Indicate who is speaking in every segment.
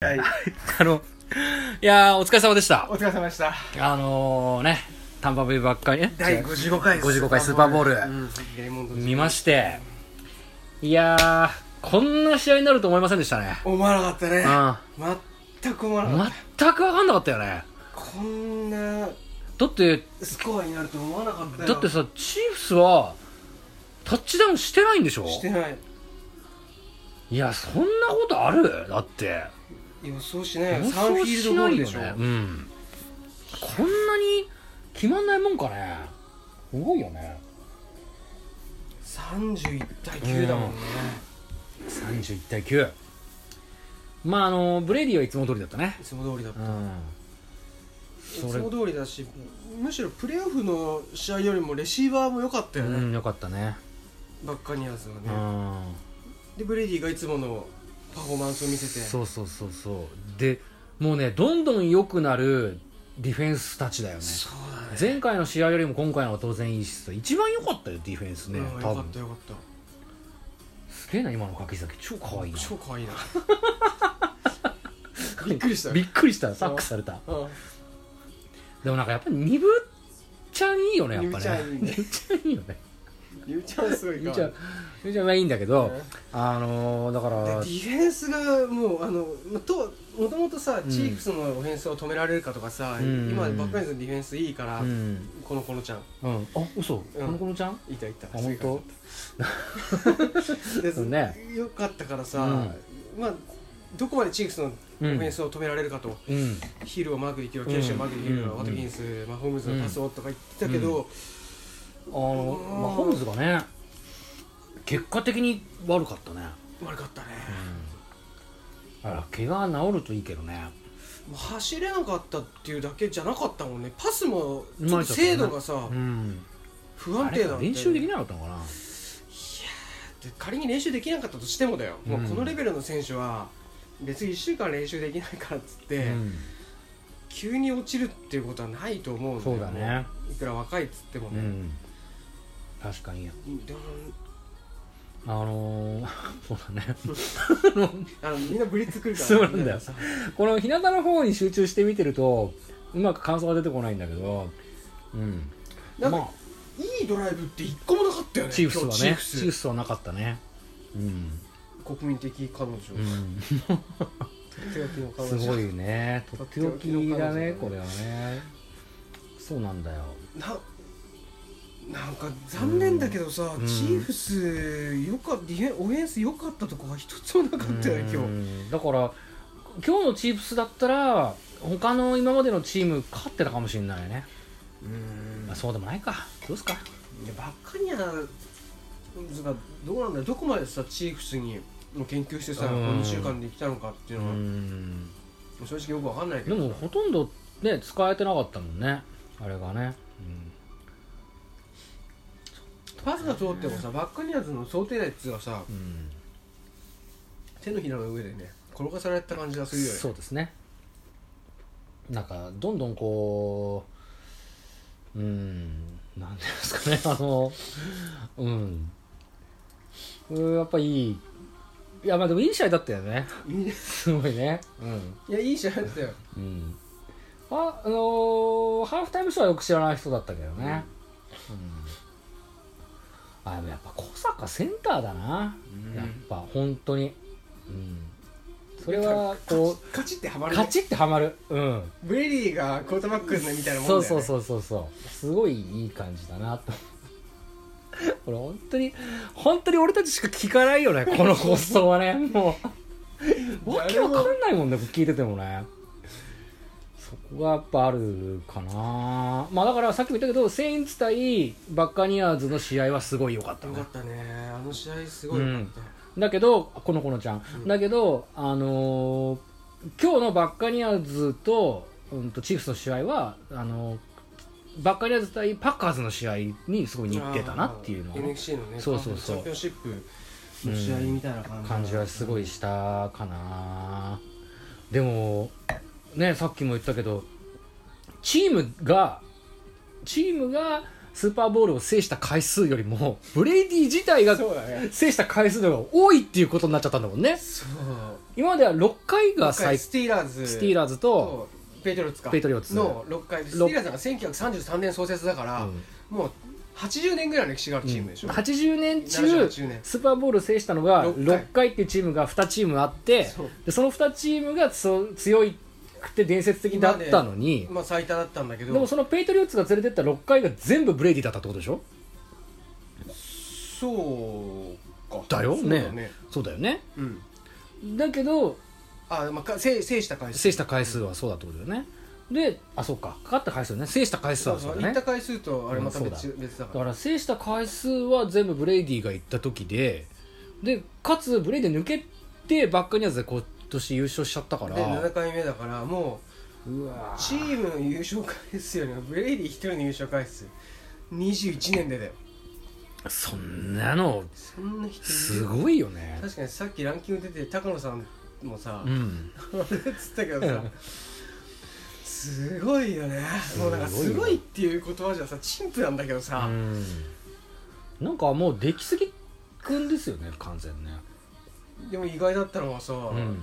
Speaker 1: はい、
Speaker 2: あの、いやー、お疲れ様でした
Speaker 1: お。疲れ様でした。
Speaker 2: あのー、ね、タンパベイばっかり、え
Speaker 1: 第55回
Speaker 2: 55回スーパーボウル
Speaker 1: うん、レモンド
Speaker 2: 見まして、いやー、こんな試合になると思いませんでしたね。
Speaker 1: 思わなかったね。全く思わ
Speaker 2: う。
Speaker 1: なんかっ
Speaker 2: 全くわかんなかったよね。
Speaker 1: た。こんな
Speaker 2: だって、
Speaker 1: スコアになると思わなかったよ。
Speaker 2: だってさ、チーフスは、タッチダウンしてないんでしょ
Speaker 1: してない。
Speaker 2: いや、そんなことあるだって。
Speaker 1: 予想しないよ。
Speaker 2: 予
Speaker 1: サンフィ
Speaker 2: 想
Speaker 1: ー
Speaker 2: し
Speaker 1: ルドゴー
Speaker 2: ない
Speaker 1: ルで
Speaker 2: よ
Speaker 1: しょ。
Speaker 2: ね。うん。こんなに決まんないもんかね。すごいよね。
Speaker 1: 31対9だもんね。
Speaker 2: 31対9まああのブレディはいつも通りだったね
Speaker 1: いつも通りだっ
Speaker 2: う
Speaker 1: た。い
Speaker 2: ん
Speaker 1: つ
Speaker 2: それ
Speaker 1: も通りだし、むしろプレーオフの試合よりもレシーバーも良かったよ
Speaker 2: うん
Speaker 1: ね。
Speaker 2: よかったね
Speaker 1: バッカニアーズ
Speaker 2: う
Speaker 1: はね。
Speaker 2: ん
Speaker 1: で、ブレディがいつものパフォーマンスを見せて。
Speaker 2: そうそうそうそうでもうねどんどん良くなるディフェンスたちだよね
Speaker 1: そうだね。
Speaker 2: 前回の試合よりも今回のは当然いいしさ一番良かったよディフェンスね
Speaker 1: うんよ
Speaker 2: 多
Speaker 1: かっ
Speaker 2: 分
Speaker 1: たよかった。
Speaker 2: すげえな今の柿崎超可愛いな
Speaker 1: 超可愛いなびっくりした
Speaker 2: びっくりしたサックされた
Speaker 1: うん
Speaker 2: でもなんかやっぱり鈍っちゃいいよねやっぱね
Speaker 1: 鈍ちゃんいいね
Speaker 2: 鈍ちゃんいいよね
Speaker 1: ゆうちゃんすごい
Speaker 2: 鈍
Speaker 1: か
Speaker 2: ちゃん
Speaker 1: ね
Speaker 2: 鈍ちゃんはいいんだけどあのーだか
Speaker 1: でデ
Speaker 2: ら
Speaker 1: ィフェンスがもうあのまともともとさ、
Speaker 2: うん
Speaker 1: チーフスのオフェンスを止められるかとかさ、
Speaker 2: うん
Speaker 1: 今バックナイズのディフェンスいいから、
Speaker 2: うん
Speaker 1: このこのちゃん
Speaker 2: うん、あ嘘、この子のちゃん
Speaker 1: いたいたあ
Speaker 2: 本当
Speaker 1: で
Speaker 2: そうね
Speaker 1: よかったからさ、
Speaker 2: う
Speaker 1: まあどこまでチーフスのオ
Speaker 2: う
Speaker 1: フ
Speaker 2: ん
Speaker 1: ェンスを止められるかと、
Speaker 2: うん
Speaker 1: ヒールをマークできるケンシーをマークできる
Speaker 2: うん
Speaker 1: ワトキンス、まあ、ホームズのパスをとか言ってたけど、
Speaker 2: あの、まあ、ホームズがね結果的に悪かったね、
Speaker 1: 悪かったね、
Speaker 2: あら怪我治るといいけどね
Speaker 1: もう走れなかったっていうだけじゃなかったもんねパスも
Speaker 2: う
Speaker 1: ちょ
Speaker 2: ま
Speaker 1: っ
Speaker 2: い
Speaker 1: と
Speaker 2: とこね
Speaker 1: 精度がさ
Speaker 2: うん
Speaker 1: 不安
Speaker 2: あ
Speaker 1: 定
Speaker 2: れ
Speaker 1: なんだ
Speaker 2: 練習でき
Speaker 1: な
Speaker 2: なかったのかな
Speaker 1: 仮に練習できなかったとしてもだよ、もううんこのレベルの選手は別に1週間練習できないからっつって、
Speaker 2: うん
Speaker 1: 急に落ちるっていうことはないと思うんだよ
Speaker 2: そうだね
Speaker 1: いくら若いっつっても
Speaker 2: う
Speaker 1: ね、
Speaker 2: ん確かに
Speaker 1: でも
Speaker 2: あのー、 そうだね
Speaker 1: あのみんなブリッツ来るから
Speaker 2: そうなんだよ
Speaker 1: さ
Speaker 2: この日向の方に集中して見てるとうまく感想が出てこないんだけどうん
Speaker 1: なんか
Speaker 2: ま
Speaker 1: いいドライブって一個もなかったよ
Speaker 2: あ
Speaker 1: ね
Speaker 2: チーフスはね
Speaker 1: 今日
Speaker 2: チ
Speaker 1: チ
Speaker 2: ー
Speaker 1: ー
Speaker 2: フ
Speaker 1: フ
Speaker 2: ス
Speaker 1: ス
Speaker 2: はなかったねうん、
Speaker 1: 国民的彼女、
Speaker 2: うん
Speaker 1: 手書きの彼
Speaker 2: す
Speaker 1: 女
Speaker 2: ごいねと
Speaker 1: と
Speaker 2: っ
Speaker 1: ってて
Speaker 2: お
Speaker 1: お
Speaker 2: き
Speaker 1: き
Speaker 2: だ
Speaker 1: だ
Speaker 2: ね
Speaker 1: ね
Speaker 2: これはねそうなんだよ
Speaker 1: ななんか残念だけどさ、
Speaker 2: うん
Speaker 1: チーフスよかディフェンオフェンス良かったとこが一つもなかったよね今日
Speaker 2: 日だから今日のチーフスだったら他の今までのチーム勝ってたかもしれないね、まあ、そうでもないかどうですか
Speaker 1: いやバッカニアがどうなんだよどこまでさチーフスにもう研究してさ、
Speaker 2: うん
Speaker 1: この2週間で来たのかっていう
Speaker 2: う
Speaker 1: のは、
Speaker 2: ん
Speaker 1: 正直よくわかんないけ
Speaker 2: で
Speaker 1: ど
Speaker 2: もほとんどね使えてなかったもんねあれがね、
Speaker 1: パスが通ってもさバッカニアズの想定内っつうかさ
Speaker 2: うんうん
Speaker 1: 手のひらの上でね転がされた感じがするよね
Speaker 2: そうですねなんかどんどんこううんなんていうんですかねあのうんうんやっぱいいいやまあでもいい試合だったよね
Speaker 1: いいね
Speaker 2: すごいねうん、
Speaker 1: いやいい試合だったよ
Speaker 2: うん、ああのーハーフタイムショーはよく知らない人だったけどね、うんあでもやっぱ小坂センターだな、
Speaker 1: うん
Speaker 2: やっぱ本当にうんそれはこう
Speaker 1: カチってはまるね
Speaker 2: カチッてはまるうん
Speaker 1: ブレリーがクォーターバックみたいなもんだ
Speaker 2: そ
Speaker 1: よ
Speaker 2: う
Speaker 1: ね
Speaker 2: そうそうそうそうすごいいい感じだなと これ本当に本当に俺たちしか聞かないよねこの放送はねもうわけわかんないもんね聞いててもねそこがやっぱあるかなまあだからさっきも言ったけどセインツ対バッカニアーズの試合はすごい良かった
Speaker 1: よ
Speaker 2: ね
Speaker 1: かったねあの試合すごいよかった、
Speaker 2: だけどこのこのちゃん、
Speaker 1: うん
Speaker 2: だけどあのー今日のバッカニアーズと,、うん、とチーフスの試合はあのーバッカニアーズ対パッカーズの試合にすごい似てたなっていうのは
Speaker 1: NXC のね
Speaker 2: そうそうそう
Speaker 1: チャンピオンシップの試合みたいな感じ,、
Speaker 2: 感じはすごいしたかなでもねさっきも言ったけどチームがチームがスーパーボールを制した回数よりもブレイディ自体が
Speaker 1: そうだね
Speaker 2: 制した回数の方が多いっていうことになっちゃったんだもんね
Speaker 1: そう
Speaker 2: 今までは6回が
Speaker 1: 六回
Speaker 2: 最
Speaker 1: スティーラーズ
Speaker 2: スティーラーズと
Speaker 1: そうペトリオッツか
Speaker 2: ペトリオッツ
Speaker 1: の6回でスティーラーズが1933年創設だから、
Speaker 2: うん
Speaker 1: もう80年ぐらいの歴史があるチームでしょ、
Speaker 2: 80年中
Speaker 1: 70年
Speaker 2: スーパーボール制したのが
Speaker 1: 六回
Speaker 2: 6回っていうチームが2チームあって
Speaker 1: そう
Speaker 2: でその2チームがつ強くて伝説的だったのに
Speaker 1: まあ最多だったんだけど
Speaker 2: でもそのペイトリオッツが連れてった6回が全部ブレイディだったってことでしょ
Speaker 1: そうか
Speaker 2: だよね
Speaker 1: そうだね
Speaker 2: そうだよね
Speaker 1: うん
Speaker 2: だけど
Speaker 1: あまあか制制した回数
Speaker 2: 制した回数はそうだってことだよねであそうかかかった回数ね制した回数
Speaker 1: そう
Speaker 2: は
Speaker 1: そ
Speaker 2: そうう
Speaker 1: 行
Speaker 2: だ
Speaker 1: っ
Speaker 2: ね
Speaker 1: た回数とあれまた
Speaker 2: うん
Speaker 1: 別,、
Speaker 2: そう
Speaker 1: 別だか
Speaker 2: だ
Speaker 1: ら
Speaker 2: から制した回数は全部ブレイディが行った時ででかつブレイディ抜けてバッカニアーズで今年優勝しちゃったから
Speaker 1: で7回目だからも
Speaker 2: うわ
Speaker 1: うチームの優勝回数よりもブレイディ一人の優勝回数21年でだよ
Speaker 2: そんなの
Speaker 1: そんな人いる
Speaker 2: すごいよね
Speaker 1: 確かにさっきランキング出て高野さんもさ、
Speaker 2: うん
Speaker 1: あれっつったけどさすごいよね
Speaker 2: ごい
Speaker 1: も
Speaker 2: よ
Speaker 1: うなんかすごいっていう言葉じゃさ陳腐なんだけど
Speaker 2: う
Speaker 1: さ、
Speaker 2: んなんかもうできすぎくんですよね完全ね
Speaker 1: でも意外だったのはさ、
Speaker 2: うん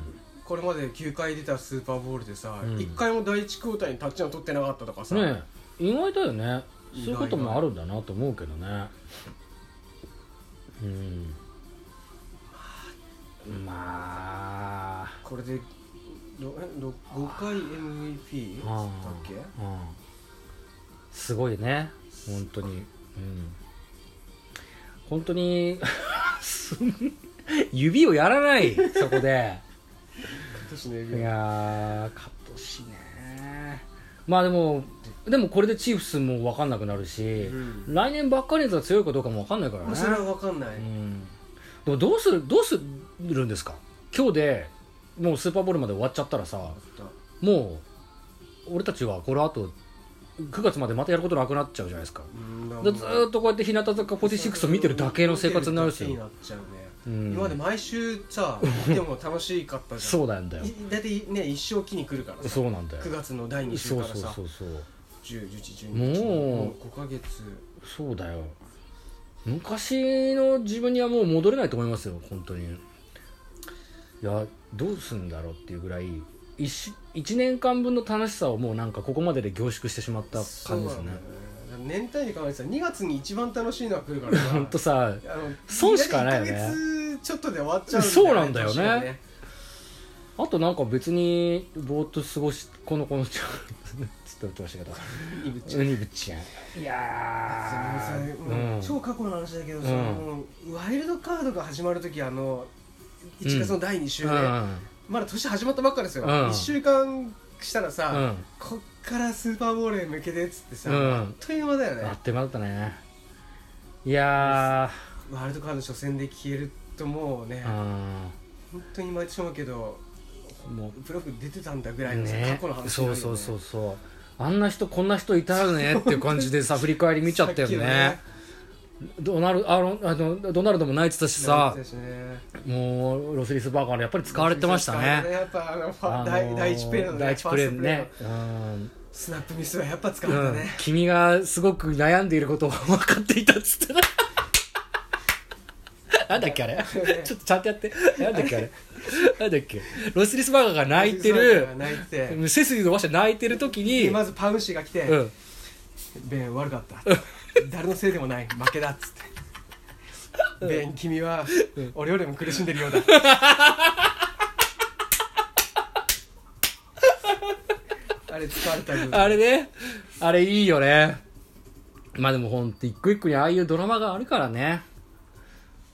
Speaker 1: これまで9回出たスーパーボールでさ、
Speaker 2: うん
Speaker 1: 1回も第1クォーターにタッチアウト取ってなかったとかさ、
Speaker 2: ねえ意外だよねそう
Speaker 1: 意外
Speaker 2: いうこともあるんだなと思うけどねうんまあ
Speaker 1: これでろえろ5回 MVP だっ
Speaker 2: ああ
Speaker 1: け
Speaker 2: うんすごいね本当にうん本当に すん指をやらないそこで
Speaker 1: 今年の
Speaker 2: い
Speaker 1: MVP
Speaker 2: やーカットしねまあでもでもこれでチーフスも分かんなくなるし、
Speaker 1: うん
Speaker 2: 来年ばっかりが強いかどうかも分かんないから
Speaker 1: まあ
Speaker 2: ね
Speaker 1: それは分かんない、
Speaker 2: うんでもどうするどうするんですか今日でもうスーパーボールまで終わっちゃったらさもう俺たちはこのあと9月までまたやることなくなっちゃうじゃないですか
Speaker 1: うんだ
Speaker 2: だずーっとこうやって日向坂46見てるだけの生活になる
Speaker 1: 見て
Speaker 2: し
Speaker 1: だけになっちゃうね
Speaker 2: うん
Speaker 1: 今まで毎週さでも楽しかったじゃん
Speaker 2: そうなんだよ
Speaker 1: い大体ね一生期に来るからさ
Speaker 2: そうなんだよ
Speaker 1: 9月の第2週
Speaker 2: そ
Speaker 1: か
Speaker 2: う
Speaker 1: ら
Speaker 2: そう
Speaker 1: さ
Speaker 2: そうそう
Speaker 1: 101112
Speaker 2: もう
Speaker 1: 5ヶ月
Speaker 2: そうだよ昔の自分にはもう戻れないと思いますよ本当にいやどうすんだろうっていうぐらい 1, 一年間分の楽しさをもうなんかここまでで凝縮してしまった感じですね
Speaker 1: そうなんだよね年単位で考えてさ2月に一番楽しいのは来る からさ
Speaker 2: ほんとさ
Speaker 1: あの
Speaker 2: 損しかないよね
Speaker 1: 意外と1ヶ月ちょっとで終わっちゃうんだよね
Speaker 2: そうなんだよね
Speaker 1: 確かに
Speaker 2: あとなんか別にぼーっと過ごしこのこのちゃんちょっと言ってましたけど
Speaker 1: いいぶっちゃ
Speaker 2: ウニブチやんい
Speaker 1: す
Speaker 2: や
Speaker 1: みません
Speaker 2: ー
Speaker 1: もう
Speaker 2: うん
Speaker 1: 超過去の話だけどさ
Speaker 2: うん
Speaker 1: もうワイルドカードが始まる時あの1月の第2週で
Speaker 2: うん
Speaker 1: まだ年始まったばっかですよ、
Speaker 2: うん
Speaker 1: 1週間したらさ、
Speaker 2: うん
Speaker 1: こっからスーパーボールへ向けてっつってさ、
Speaker 2: うん
Speaker 1: あっという間だよね
Speaker 2: あっという間だったねいや
Speaker 1: ワールドカード初戦で消えるともうね、
Speaker 2: ー
Speaker 1: 本当に毎年思うけど
Speaker 2: うんもう
Speaker 1: ブログ出てたんだぐらいのさ、
Speaker 2: ね
Speaker 1: 過去の話、にな
Speaker 2: そ
Speaker 1: るよ
Speaker 2: う
Speaker 1: ね
Speaker 2: そうそうそうあんな人こんな人いたよねっていう感じでさ振り返り見ちゃったよね
Speaker 1: さ
Speaker 2: ドナルあのあのドナルドも泣いてたし
Speaker 1: っきの
Speaker 2: さ
Speaker 1: ねね
Speaker 2: もうロスリスバーガーのやっぱり使われてましたね
Speaker 1: やっぱあのファ
Speaker 2: あの
Speaker 1: 第第1ペーのね
Speaker 2: 第一プレーね
Speaker 1: ファーストプレー
Speaker 2: うん
Speaker 1: のスナップミスはやっぱ使わ
Speaker 2: う
Speaker 1: れた
Speaker 2: ん
Speaker 1: ね、
Speaker 2: 君がすごく悩んでいることを分かっていたっつってななんだっけあれ ちょっとちゃんとやってなんだっけあれなんだっけロスリスバーガーが泣いてる
Speaker 1: 泣いて
Speaker 2: 背筋伸ばして泣いてる時に
Speaker 1: でまずパウン氏が来て、
Speaker 2: うん
Speaker 1: ベン悪かった誰のせいでもない負けだっつってベン君は俺よりも苦しんでるようだあれ使われた部分
Speaker 2: あれね、あれいいよね。まあでもほんと、一個一個にああいうドラマがあるからね。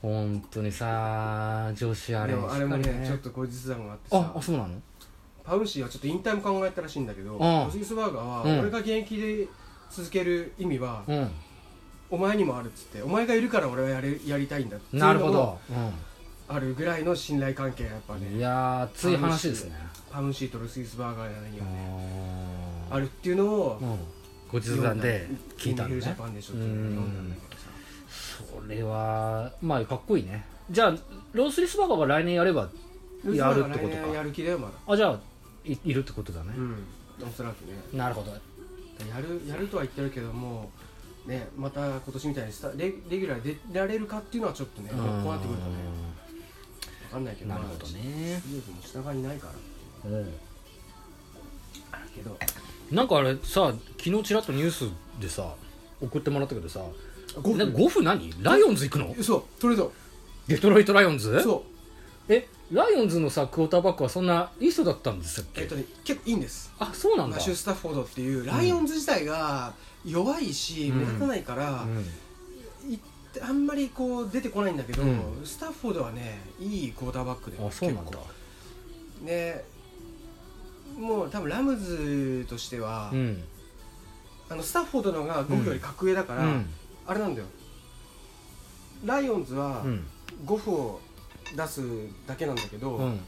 Speaker 2: ほんとにさ、上司あれ
Speaker 1: でもあれも
Speaker 2: しっかり
Speaker 1: ねちょっと後日談があって
Speaker 2: あ
Speaker 1: さ、
Speaker 2: あ、そうなの
Speaker 1: パウンシーはちょっと引退も考えたらしいんだけど
Speaker 2: ん
Speaker 1: ロスギスバーガーは
Speaker 2: うん
Speaker 1: 俺が現役で続ける意味は
Speaker 2: うん。
Speaker 1: お前にもあるっつってお前がいるから俺はやれやりたいんだっていう
Speaker 2: なるほ
Speaker 1: のも
Speaker 2: ど。う
Speaker 1: あるぐらいの信頼関係がやっぱ
Speaker 2: ん。い
Speaker 1: ね
Speaker 2: やー、熱い話ですね。
Speaker 1: パウンシーとロスギスバーガーにはね
Speaker 2: あ
Speaker 1: あるっていうのを
Speaker 2: ーうん。ご実談で聞いた
Speaker 1: ん
Speaker 2: ん
Speaker 1: ジ
Speaker 2: だ
Speaker 1: ャ
Speaker 2: ね。
Speaker 1: パンでしょっていうのを読んだんだけどさ
Speaker 2: それは、まあかっこいいね。じゃあ、ロースリスバーガーが来年やれば、うんやるってことか
Speaker 1: 来年やる気だよまだ
Speaker 2: あ、じゃあ、いいるってことだね
Speaker 1: う。んおそらくね
Speaker 2: なるほど。
Speaker 1: やるやるとは言ってるけどもね、また今年みたいにスタレレギュラーで出られるかっていうのはちょっとね、こうなってくるとね分かんないけど
Speaker 2: なるほどね
Speaker 1: まあ、力も従いないから
Speaker 2: うん
Speaker 1: あるけど
Speaker 2: なんかあれさ昨日ちらっとニュースでさ送ってもらったけどさ
Speaker 1: ゴ
Speaker 2: なゴフ何ライオンズ行くの
Speaker 1: そうトレード
Speaker 2: デトロイトライオンズ
Speaker 1: そう
Speaker 2: えライオンズのさクォーターバックはそんないい人だったんですっ
Speaker 1: えっ
Speaker 2: け
Speaker 1: とね結構いいんです
Speaker 2: あそうなんだ
Speaker 1: マシュー・スタッフォードっていうライオンズ自体が弱いし、
Speaker 2: うん
Speaker 1: 目立たないから、
Speaker 2: う
Speaker 1: いってあんまりこう出てこないんだけど、
Speaker 2: うん
Speaker 1: スタッフォードはねいいクォーターバックで
Speaker 2: んあそうなんだ
Speaker 1: 結構ねもう多分ラムズとしては、
Speaker 2: うん
Speaker 1: あのスタッフォードの方がゴフより格上だか
Speaker 2: う
Speaker 1: ら、
Speaker 2: ん
Speaker 1: あれなんだよライオンズは
Speaker 2: うん
Speaker 1: ゴフを出すだけなんだけど、
Speaker 2: うん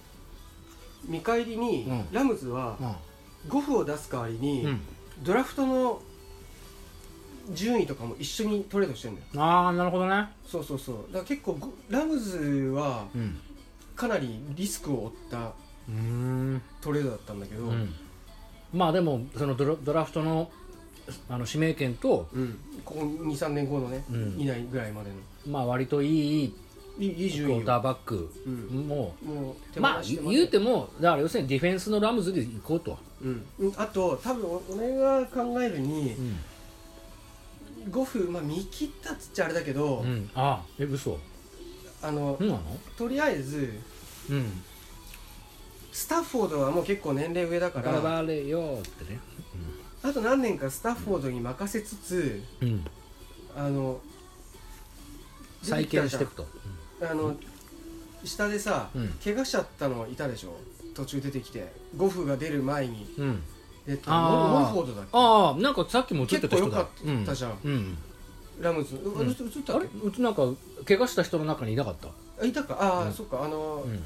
Speaker 1: 見返りに、
Speaker 2: うん
Speaker 1: ラムズはゴフを出す代わりに、
Speaker 2: うん
Speaker 1: ドラフトの順位とかも一緒にトレードしてるんだよ
Speaker 2: ああなるほどね
Speaker 1: そうそうそうだから結構ゴラムズは
Speaker 2: うん
Speaker 1: かなりリスクを負った
Speaker 2: うーん
Speaker 1: トレードだったんだけど、
Speaker 2: うんまあでもそのドラドラフトのあの指名権と
Speaker 1: うんここ23年後のね、
Speaker 2: うん
Speaker 1: 以内ぐらいまでの
Speaker 2: まあ割といい
Speaker 1: いいいい
Speaker 2: ク
Speaker 1: 順
Speaker 2: ォ
Speaker 1: 位
Speaker 2: ー
Speaker 1: を
Speaker 2: ターバック
Speaker 1: うん
Speaker 2: も
Speaker 1: もう
Speaker 2: うまあ
Speaker 1: して
Speaker 2: 言うてもだから要するにディフェンスのラムズで行こうと
Speaker 1: うん、うんあと多分お俺が考えるに
Speaker 2: うん
Speaker 1: ゴフ、まあ、見切ったっつっちゃあれだけど、
Speaker 2: うんああえ嘘
Speaker 1: あの
Speaker 2: そうなの
Speaker 1: とりあえず
Speaker 2: うん
Speaker 1: スタッフォードはもう結構年齢上だか
Speaker 2: バ
Speaker 1: ら
Speaker 2: ラバレよってね
Speaker 1: あと何年かスタッフォードに任せつつ、
Speaker 2: うん
Speaker 1: あの
Speaker 2: 再建していくと
Speaker 1: あの下でさ、
Speaker 2: うん
Speaker 1: 怪我しちゃったのいたでしょ途中出てきてゴフが出る前に
Speaker 2: うん
Speaker 1: 出てモ
Speaker 2: あー
Speaker 1: ルモルフォードだっけ
Speaker 2: ああなんかさっきも映ってた人だ
Speaker 1: 結構良かったじゃん
Speaker 2: うん、うん
Speaker 1: ラムズ
Speaker 2: ん
Speaker 1: 映った
Speaker 2: あ
Speaker 1: あ
Speaker 2: れ
Speaker 1: れ
Speaker 2: うちなんか怪我した人の中にいなかった
Speaker 1: あいたかああ、
Speaker 2: うん
Speaker 1: そっかあの、
Speaker 2: うん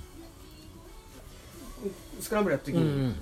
Speaker 1: スクランブルやった時
Speaker 2: う
Speaker 1: に、
Speaker 2: ん